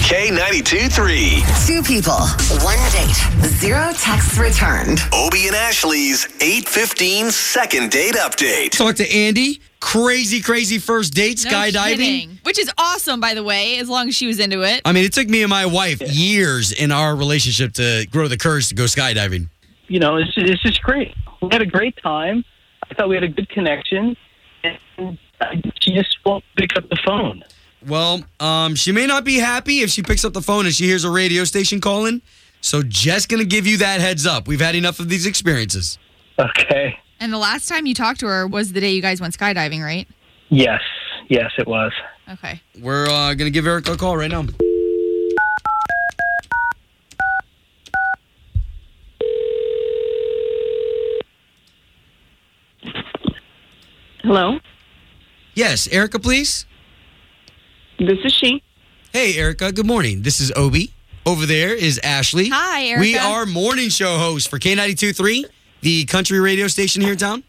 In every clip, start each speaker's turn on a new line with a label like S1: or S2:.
S1: K92 3.
S2: Two people, one date, zero texts returned.
S1: Obie and Ashley's 815 second date update.
S3: Talk to Andy. Crazy, crazy first date
S4: No
S3: skydiving.
S4: kidding. Which is awesome, by the way, as long as she was into it.
S3: I mean, it took me and my wife years in our relationship to grow the courage to go skydiving.
S5: you know, it's just, it's just great. We had a great time. I thought we had a good connection, and I- she just won't pick up the phone.
S3: Well, um, she may not be happy if she picks up the phone and she hears a radio station calling. So, just going to give you that heads up. We've had enough of these experiences.
S5: Okay.
S4: And the last time you talked to her was the day you guys went skydiving, right?
S5: Yes. Yes, it was.
S4: Okay.
S3: We're uh, going to give Erica a call right now.
S6: Hello,
S3: Yes, Erica, please.
S6: this is she.
S3: Hey, Erica, good morning. This is Obi. Over there is Ashley.
S4: Hi, Erica.
S3: We are morning show hosts for K92 3, the country radio station here in town.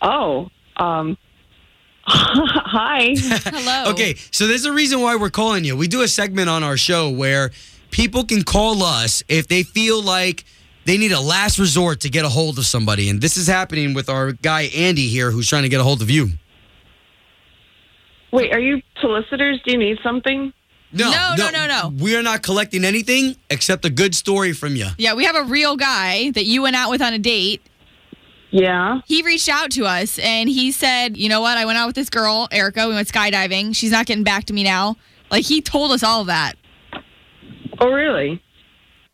S6: Oh, um, hi.
S4: Hello.
S3: Okay, so there's a reason why we're calling you. We do a segment on our show where people can call us if they feel like they need a last resort to get a hold of somebody. And this is happening with our guy Andy here who's trying to get a hold of you.
S6: Wait, are you solicitors? Do you need something?
S4: No, no, no, no.
S3: We are not collecting anything except a good story from you.
S4: Yeah, we have a real guy that you went out with on a date.
S6: Yeah.
S4: He reached out to us and he said, You know what? I went out with this girl, Erica. We went skydiving. She's not getting back to me now. Like, he told us all of that.
S6: Oh, really?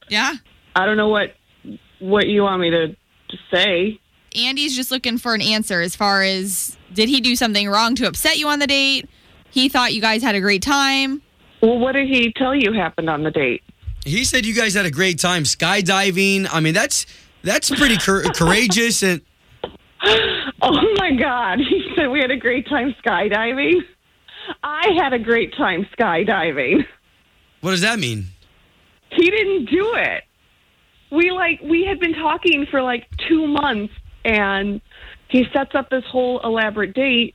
S4: Yeah.
S6: I don't know what what you want me to, to say.
S4: Andy's just looking for an answer as far as did he do something wrong to upset you on the date? He thought you guys had a great time.
S6: Well, what did he tell you happened on the date?
S3: He said you guys had a great time skydiving. I mean, that's that's pretty cour- courageous and
S6: Oh my God! He said we had a great time skydiving. I had a great time skydiving.
S3: what does that mean?
S6: He didn't do it. We like we had been talking for like two months, and he sets up this whole elaborate date.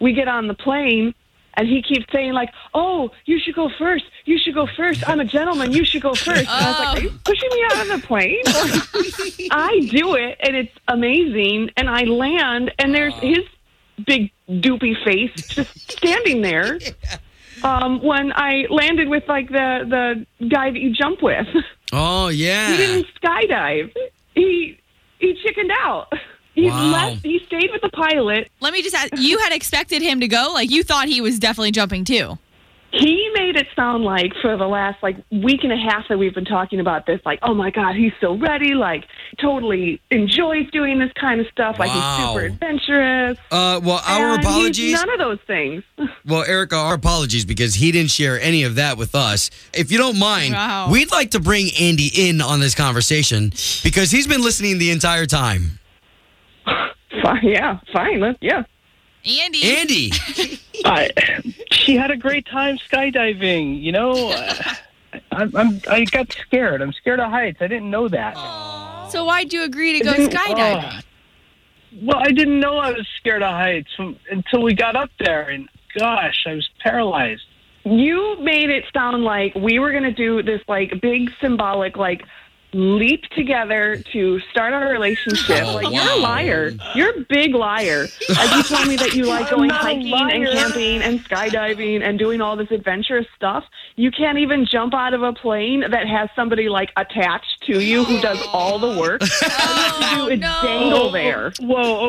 S6: We get on the plane, and he keeps saying like, "Oh, you should go first. You should go first. I'm a gentleman. You should go first. And I was like, "Are you pushing me out of the plane?" Like, I do it, and it's amazing. And I land, and there's his big doopy face just standing there um, when I landed with like the the guy that you jump with.
S3: Oh
S6: He
S3: yeah.
S6: didn't skydive. He he chickened out. He
S3: Wow.
S6: left. He stayed with the pilot.
S4: Let me just ask you had expected him to go? Like, you thought he was definitely jumping too.
S6: He made it sound like for the last like week and a half that we've been talking about this, like, oh my god, he's so ready, like totally enjoys doing this kind of stuff, like
S3: Wow.
S6: he's super adventurous.
S3: Uh, well, our
S6: And he's
S3: apologies.
S6: None of those things.
S3: Well, Erica, our apologies because he didn't share any of that with us. If you don't mind,
S4: Wow.
S3: we'd like to bring Andy in on this conversation because he's been listening the entire time.
S6: Fine, yeah, fine. Let's, yeah.
S4: Andy.
S3: Andy,
S5: I, she had a great time skydiving. You know, I'm, I'm I got scared. I'm scared of heights. I didn't know that.
S4: So why'd you agree to go
S5: Oh.
S6: Didn't-
S4: skydiving?
S5: Well, I didn't know I was scared of heights from- until we got up there, and gosh, I was paralyzed.
S6: you made it sound like we were going to do this like big symbolic like leap together to start our relationship.
S3: Oh,
S6: like you're a
S3: wow.
S6: liar. You're a big liar. Like you told me that you like
S5: I'm
S6: going
S5: not a
S6: hiking and
S5: liar.
S6: camping and skydiving and doing all this adventurous stuff. You can't even jump out of a plane that has somebody like attached to you who does all the work.
S4: Oh,
S6: It's dangle there.
S5: Whoa,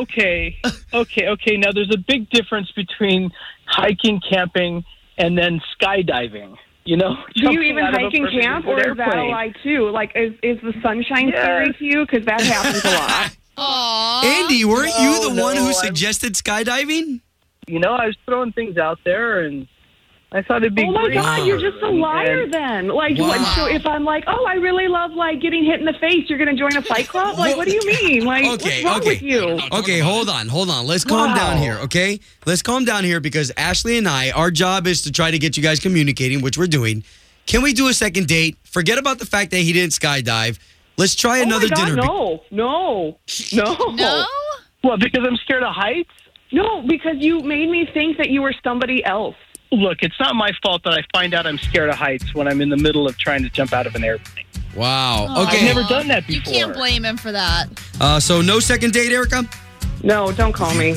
S5: okay, okay, okay. Now there's a big difference between hiking, camping, and then skydiving. You know,
S6: Do you even hike and camp, or is that a lie too? Like, is is the sunshine
S5: Yes.
S6: theory to you? Because that happens a lot.
S4: Aw.
S3: Andy, weren't you the
S5: No,
S3: one who
S5: no, I'm-
S3: suggested skydiving?
S5: You know, I was throwing things out there, and I thought it'd be.
S6: Oh my
S5: great.
S6: God, you're just a liar
S5: And-
S6: then. Like, what,
S3: Wow.
S6: so if I'm like, oh, I really love like getting hit in the face, you're going to join a fight club? Like, what do you mean? Like,
S3: Okay,
S6: what's wrong
S3: okay.
S6: with you?
S3: Okay, hold on, hold on. Let's calm down here, okay? Let's calm down here because Ashley and I, our job is to try to get you guys communicating, which we're doing. Can we do a second date? Forget about the fact that he didn't skydive. Let's try another
S6: oh my God,
S3: dinner.
S6: No, no, no,
S4: No?
S5: Well, because I'm scared of heights.
S6: No, because you made me think that you were somebody else.
S5: look, it's not my fault that I find out I'm scared of heights when I'm in the middle of trying to jump out of an airplane.
S3: Wow.
S5: I've
S3: Okay.
S5: never done that
S4: You
S5: before.
S4: can't blame him for that.
S3: Uh, so no second date, Erica.
S6: No, don't call me.